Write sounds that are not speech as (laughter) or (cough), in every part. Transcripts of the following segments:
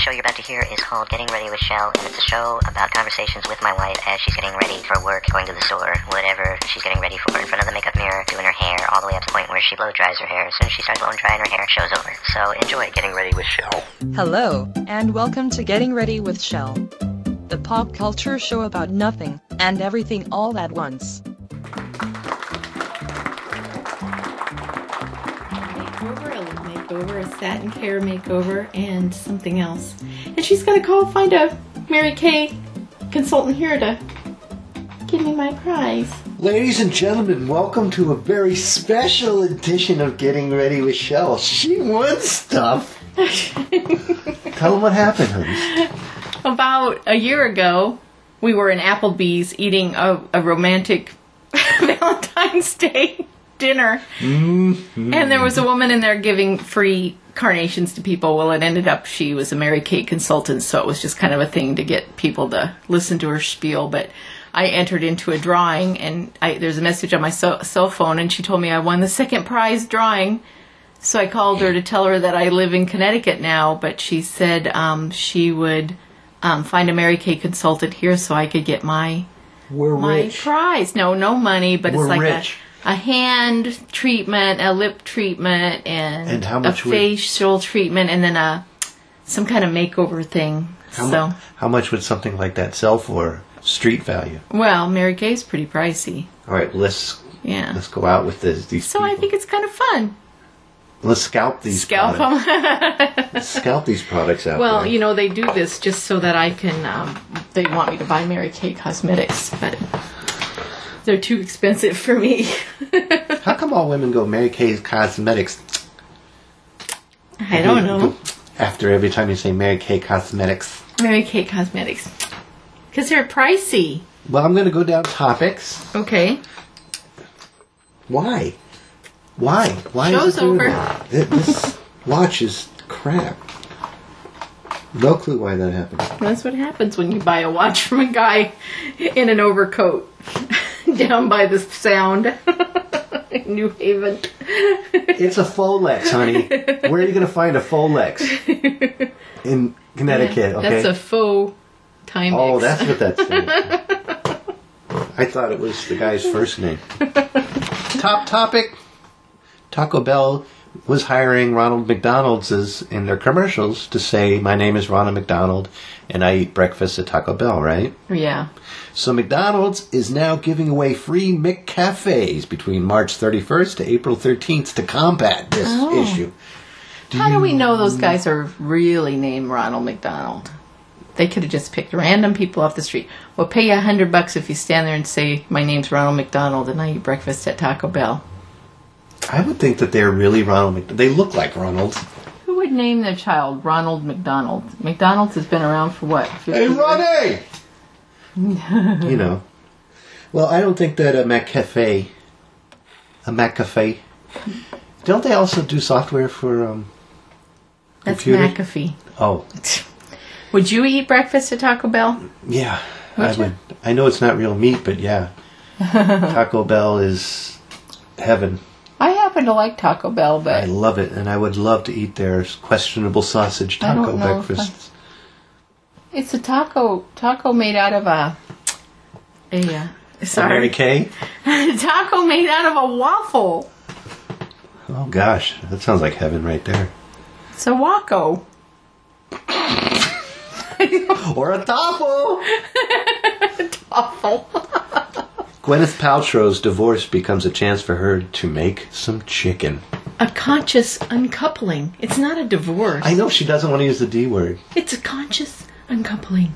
show you're about to hear is called Getting Ready with Shell, and it's a show about conversations with my wife as she's getting ready for work, going to the store, whatever she's getting ready for, in front of the makeup mirror, doing her hair, all the way up to the point where she blow dries her hair. As soon as she starts blow drying her hair, show's over. So enjoy Getting Ready with Shell. Hello, and welcome to Getting Ready with Shell, the pop culture show about nothing and everything all at once. makeover, a lip makeover, a satin care makeover, and something else. And she's gonna call find a Mary Kay consultant here to give me my prize. Ladies and gentlemen, welcome to a very special edition of Getting Ready with Shell. She (laughs) won stuff. Tell them what happened, honey. About a year ago, we were in Applebee's eating a, a romantic (laughs) Valentine's Day dinner. And there was a woman in there giving free carnations to people. Well, it ended up she was a Mary Kay consultant, so it was just kind of a thing to get people to listen to her spiel. But I entered into a drawing, and I, there's a message on my so, cell phone, and she told me I won the second prize drawing. So I called her to tell her that I live in Connecticut now, but she said um, she would um, find a Mary Kay consultant here so I could get my We're my rich. prize. No, no money, but We're it's like rich. A, a hand treatment, a lip treatment, and, And how much a would- facial treatment, and then a some kind of makeover thing. How, so, mu- how much would something like that sell for? Street value. well, Mary Kay's pretty pricey. All right, let's Yeah. let's go out with this, these. So I people. think it's kind of fun. let's scalp these. Scalp products. 'em. Let's scalp these products (laughs) out. Well, there. you know, they do this just so that I can. Um, they want me to buy Mary Kay cosmetics, but they're too expensive for me. (laughs) how come all women go Mary Kay's Cosmetics? I don't know. After every time you say Mary Kay Cosmetics. Mary Kay cosmetics. Because they're pricey. Well, I'm going to go down topics. Okay. Why? Why? Why Show's is it doing over. that? Th- This watch is crap. No clue why that happened. That's what happens when you buy a watch from a guy in an overcoat (laughs) down by the sound (laughs) in New Haven. It's a Folex, honey. Where are you going to find a Folex? In Connecticut, okay? That's a faux Timex. oh, that's what that stands for. I thought it was the guy's first name. Top topic Taco Bell was hiring Ronald McDonald's as- in their commercials to say, My name is Ronald McDonald and I eat breakfast at Taco Bell, right? (laughs) Yeah. So McDonald's is now giving away free McCafes between March 31st to April 13th to combat this issue. How do we know those guys are really named Ronald McDonald? They could have just picked random people off the street. We'll pay you a hundred bucks if you stand there and say, "My name's Ronald McDonald, and I eat breakfast at Taco Bell." I would think that they're really Ronald McDonald. They look like Ronald. Who would name their child Ronald McDonald? McDonald's has been around for what? 50 Hey, years? Ronnie! you know. Well, I don't think that a McCafe, a McCafe, don't they also do software for, um, That's Computer. McAfee. oh, Would you eat breakfast at Taco Bell? yeah. I would. I know it's not real meat, but yeah. Taco Bell is heaven. I happen to like Taco Bell, I but love it, and I would love to eat their questionable sausage I don't taco know if breakfasts. it's a taco taco made out of a a uh, Mary (laughs) sorry Kay? (laughs) taco made out of a waffle. Oh gosh, that sounds like heaven right there. It's a waco. Or (laughs) a taco! Waffle. (laughs) Gwyneth Paltrow's divorce becomes a chance for her to make some chicken. A conscious uncoupling. It's not a divorce. I know she doesn't want to use the D word. It's a conscious uncoupling.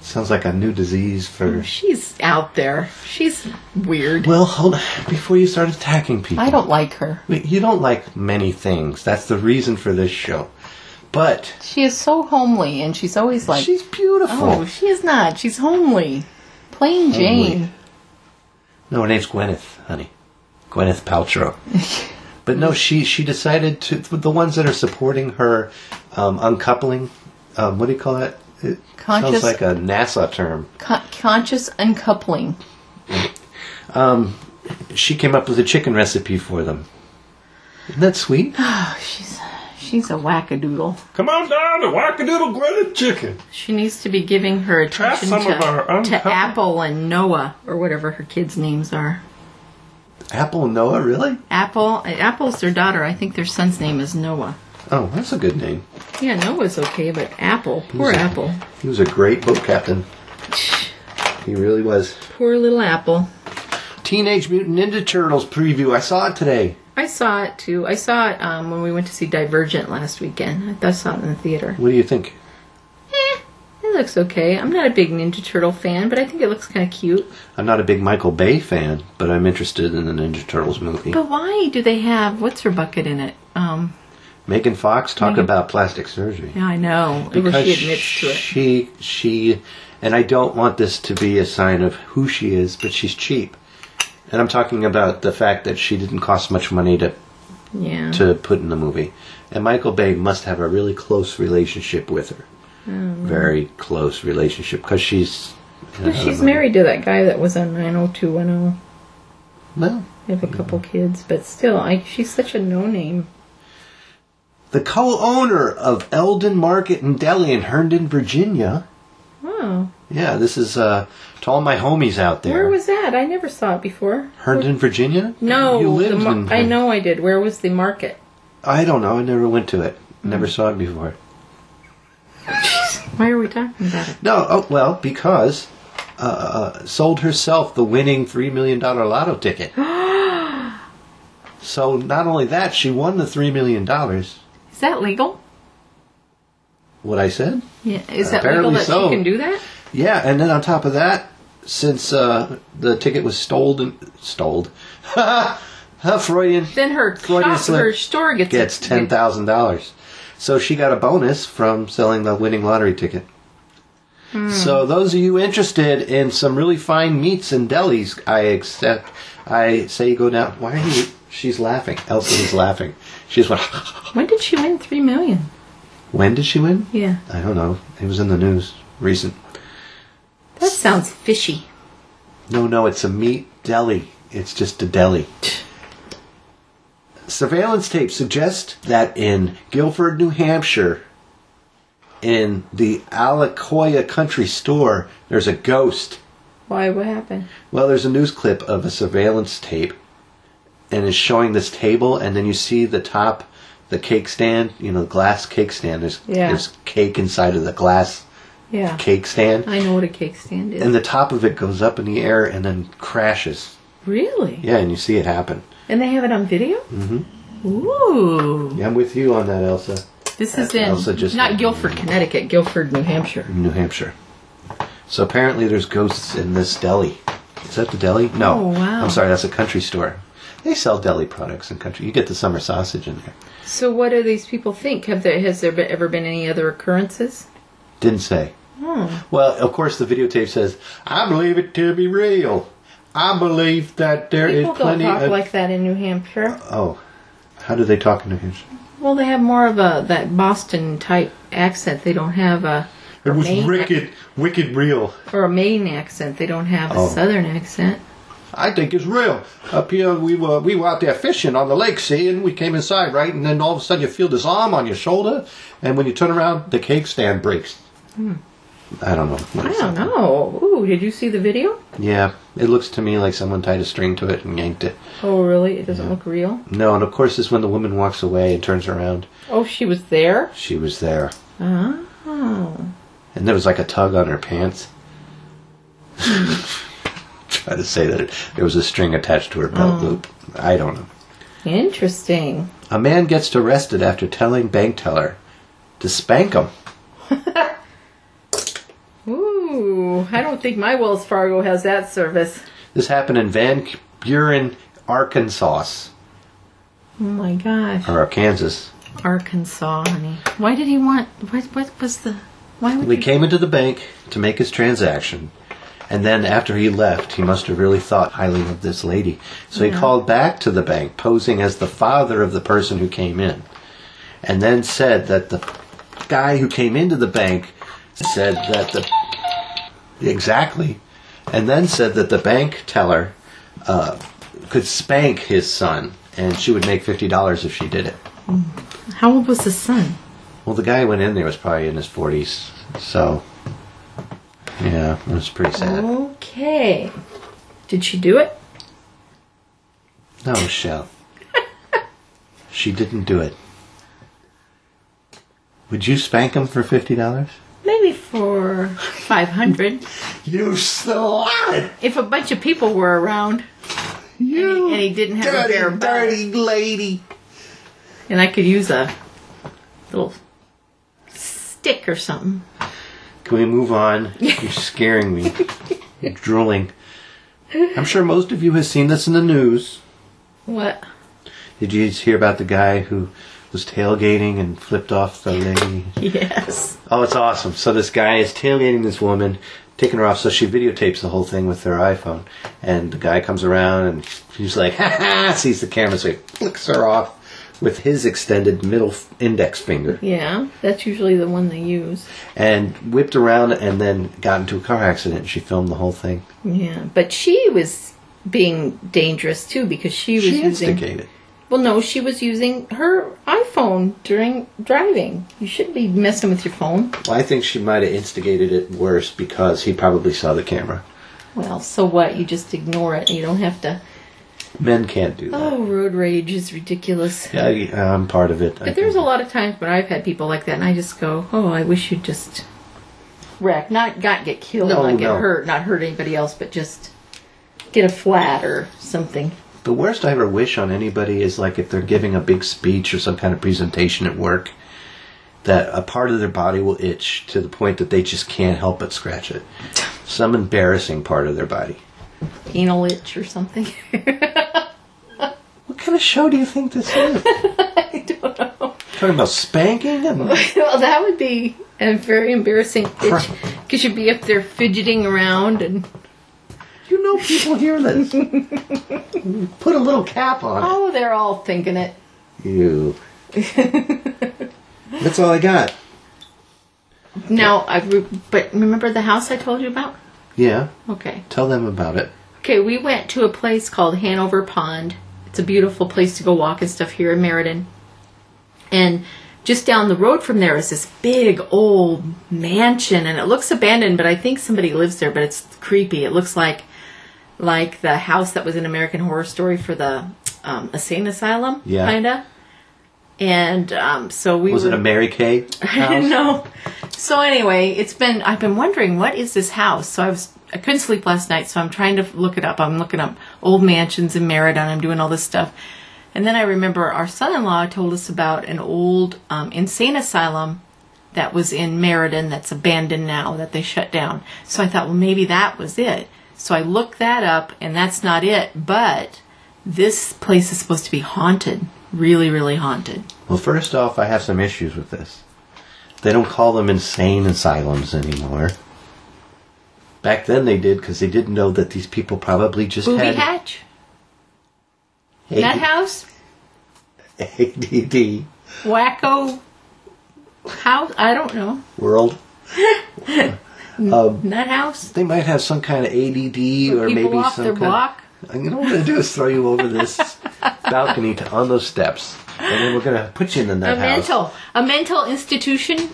Sounds like a new disease for. She's out there. She's weird. Well, hold on. Before you start attacking people. I don't like her. Wait, You don't like many things. That's the reason for this show. But She is so homely, and she's always like, she's beautiful. "Oh, she is not. She's homely, plain Jane." No, her name's Gwyneth, honey. Gwyneth Paltrow. but no, she she decided to the ones that are supporting her um, uncoupling. Um, what do you call that? It Conscious- sounds like a NASA term. Con- conscious uncoupling. (laughs) She came up with a chicken recipe for them. Isn't that sweet? She's She's a wackadoodle. Come on down to Wackadoodle Grilled Chicken. She needs to be giving her attention some to, of our to uncovered- Apple and Noah or whatever her kids' names are. Apple and Noah, really? Apple, Apple's their daughter. I think their son's name is Noah. Oh, that's a good name. Yeah, Noah's okay, but Apple, poor Who's that? Apple, He was a great boat captain. He really was. poor little Apple. Teenage Mutant Ninja Turtles preview. I saw it today. I saw it too. I saw it um, when we went to see Divergent last weekend. I thought I saw it in the theater. What do you think? Eh, it looks okay. I'm not a big Ninja Turtle fan, but I think it looks kind of cute. I'm not a big Michael Bay fan, but I'm interested in the Ninja Turtles movie. But why do they have what's her bucket in it? Um, Megan Fox talked about plastic surgery. yeah, I know. well, she admits to it. She, she, and I don't want this to be a sign of who she is, but she's cheap. And I'm talking about the fact that she didn't cost much money to Yeah. to put in the movie. And Michael Bay must have a really close relationship with her. Very close relationship because she's. Mm. But she's married to that guy that was on 90210. Well, They have a couple kids, but still, I, she's such a no name. the co-owner of Eldon Market and Deli in Herndon, Virginia. Wow. Yeah, this is uh, to all my homies out there. Oh, Where was that? I never saw it before. Herndon, Virginia? No, you the lived mar- in. I know I did. Where was the market? I don't know. I never went to it. Never Mm. saw it before. Why are we talking about it? No. Oh well, because uh, uh, sold herself the winning three million dollar lotto (gasps) ticket. so not only that, she won the three million dollars. Is that legal? What I said. Yeah, is that Apparently legal that so. she can do that? Yeah, and then on top of that, since uh, the ticket was stolen, (laughs) stoled, Huh, Freudian Then her Freudian shop, her slip store gets (laughs) gets ten thousand dollars. So she got a bonus from selling the winning lottery ticket. So those of you interested in some really fine meats and delis, I accept. I say go down. Why are you? She's laughing. Elsa is laughing. She just went. (laughs) When did she win three million? When did she win? Yeah, I don't know. It was in the news recent. that sounds fishy. No, no, it's a meat deli. It's just a deli. Surveillance tape suggests that in Guilford, New Hampshire, in the Alacoya Country Store, there's a ghost. Why? What happened? Well, there's a news clip of a surveillance tape, and it's showing this table, and then you see the top, the cake stand, you know, glass cake stand. There's, Yeah. there's cake inside of the glass Yeah, cake stand, I know what a cake stand is. and the top of it goes up in the air and then crashes. really? Yeah, and you see it happen. And they have it on video. Mm-hmm. Ooh, Yeah, I'm with you on that, Elsa. this is in Also just- not Guilford, Connecticut, Guilford, New Hampshire. New Hampshire. So apparently there's ghosts in this deli. Is that the deli? No. Oh, wow. I'm sorry, that's a country store. They sell deli products in country. You get the summer sausage in there. So, what do these people think? Have there has there been, ever been any other occurrences? Didn't say. Hmm. Well, of course, the videotape says, I believe it to be real. I believe that there is People don't plenty talk of. like that in New Hampshire. oh. How do they talk in New Hampshire? Well, they have more of a that Boston type accent. They don't have a It was Maine- wicked, wicked real. or a Maine accent. They don't have a Oh. Southern accent. I think it's real. Up here, we were we were out there fishing on the lake, see, and we came inside, right, and then all of a sudden you feel this arm on your shoulder, and when you turn around, the cake stand breaks. I don't know. What Hmm. I it's don't know. Ooh, did you see the video? Yeah, it looks to me like someone tied a string to it and yanked it. Oh, really? It doesn't look real. No, and of course it's when the woman walks away and turns around. Oh, she was there. She was there, Oh, and there was like a tug on her pants. Hmm. (laughs) Try to say that it, there was a string attached to her Oh. belt loop. I don't know. interesting. A man gets arrested after telling bank teller to spank him. Ooh, I don't think my Wells Fargo has that service. This happened in Van Buren, Arkansas, Oh my gosh, or Kansas. Arkansas, honey. Why did he want? What? What was the? Why would We you- came into the bank to make his transaction, and then after he left, he must have really thought highly of this lady. So he called back to the bank, posing as the father of the person who came in, and then said that the guy who came into the bank said that the Exactly. And then said that the bank teller uh, could spank his son and she would make $50 if she did it. How old was his son? Well, the guy went in there was probably in his 40s, so. Yeah, it was pretty sad. Okay. Did she do it? No, (laughs) Shell. Oh, she didn't do it. Would you spank him for $50? Maybe for 500. You slut! if a bunch of people were around You and he didn't have a dirty, bare butt. dirty lady. and I could use a little stick or something. Can we move on? You're scaring (laughs) me. You're drooling. I'm sure most of you have seen this in the news. What? Did you hear about the guy who was tailgating and flipped off the lady? (laughs) Yes. Oh, it's awesome. So this guy is tailgating this woman, taking her off. So she videotapes the whole thing with her iPhone. And the guy comes around and he's like, (laughs) ha ha, sees the camera, so he flicks her off with his extended middle f- index finger. Yeah, that's usually the one they use. And whipped around and then got into a car accident. She filmed the whole thing. Yeah, but she was being dangerous too because she was She using. instigated. Well, no, she was using her iPhone during driving. You shouldn't be messing with your phone. Well, I think she might have instigated it worse because he probably saw the camera. Well, so what? You just ignore it. You don't have to. Men can't do that. Oh, road rage is ridiculous. Yeah, I, I'm part of it. I But there's a think. lot of times when I've had people like that, and I just go, "Oh, I wish you'd just wreck, not not get killed, No, not get no. hurt, not hurt anybody else, but just get a flat or something." The worst I ever wish on anybody is like if they're giving a big speech or some kind of presentation at work, that a part of their body will itch to the point that they just can't help but scratch it. Some embarrassing part of their body. Anal itch or something. (laughs) What kind of show do you think this is? I don't know. Talking about spanking? And (laughs) well, that would be a very embarrassing itch because you'd be up there fidgeting around, and you know people hear this. Put a little cap on oh, they're all thinking it. it. You. That's all I got. Now, I re- but remember the house I told you about? Yeah. Okay. Tell them about it. Okay, we went to a place called Hanover Pond. It's a beautiful place to go walk and stuff here in Meriden. And just down the road from there is this big old mansion and it looks abandoned, but I think somebody lives there, but it's creepy. It looks like like the house that was in American Horror Story for the um, insane asylum, Yeah. kinda. And um, so we Was it were- a Mary Kay house? (laughs) no. So anyway, it's been I've been wondering what is this house. So I was I couldn't sleep last night, so I'm trying to look it up. I'm looking up old mansions in Meriden. I'm doing all this stuff, and then I remember our son-in-law told us about an old um, insane asylum that was in Meriden that's abandoned now that they shut down. So I thought, well, maybe that was it. So I looked that up, and that's not it. But this place is supposed to be haunted, really, really haunted. Well, first off, I have some issues with this. They don't call them insane asylums anymore. Back then they did because they didn't know that these people probably just Booby had Hatch, AD- that (laughs) house. ADD wacko house. I don't know. world. Nut house. They might have some kind of ADD People or maybe off some their kind block. I'm gonna want to do is throw you (laughs) over this balcony to, on those steps, and then we're gonna put you in the A nut house. mental, a mental institution,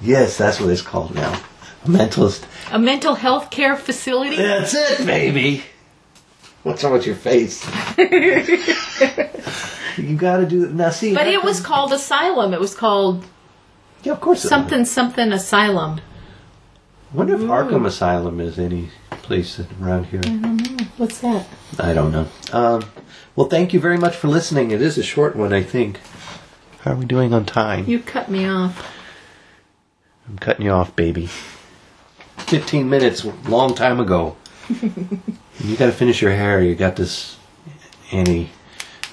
Yes, that's what it's called now. A mentalist. a mental health care facility. That's it, baby. What's wrong with your face? (laughs) you got to do now. See, But it was called asylum. It was called yeah, of course. it something something asylum. was. Wonder if Arkham Asylum is any place around here. Mm-hmm. What's that? I don't know. Um, well, thank you very much for listening. It is a short one, I think. How are we doing on time? You cut me off. I'm cutting you off, baby. Fifteen minutes, long (laughs) time ago. you got to finish your hair. You got this Annie,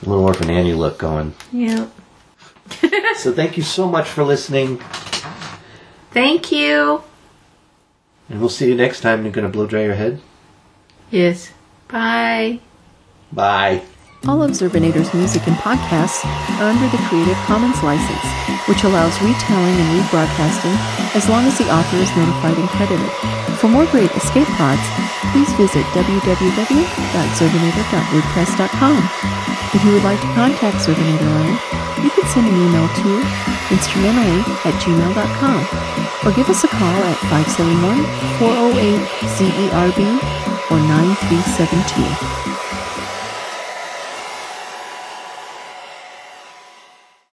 little orphan Annie look going. Yeah. So thank you so much for listening. Thank you. And we'll see you next time. You're going to blow dry your head? Yes. Bye. Bye. All of Zerbinator's music and podcasts are under the Creative Commons license, which allows retelling and rebroadcasting as long as the author is notified and credited. For more great escape pods, please visit www.zerbinator.wordpress.com. If you would like to contact Zerbinator Land, you can send an email to instrumentally at gmail.com or give us a call at oh E 571 408 ZERB or 9372.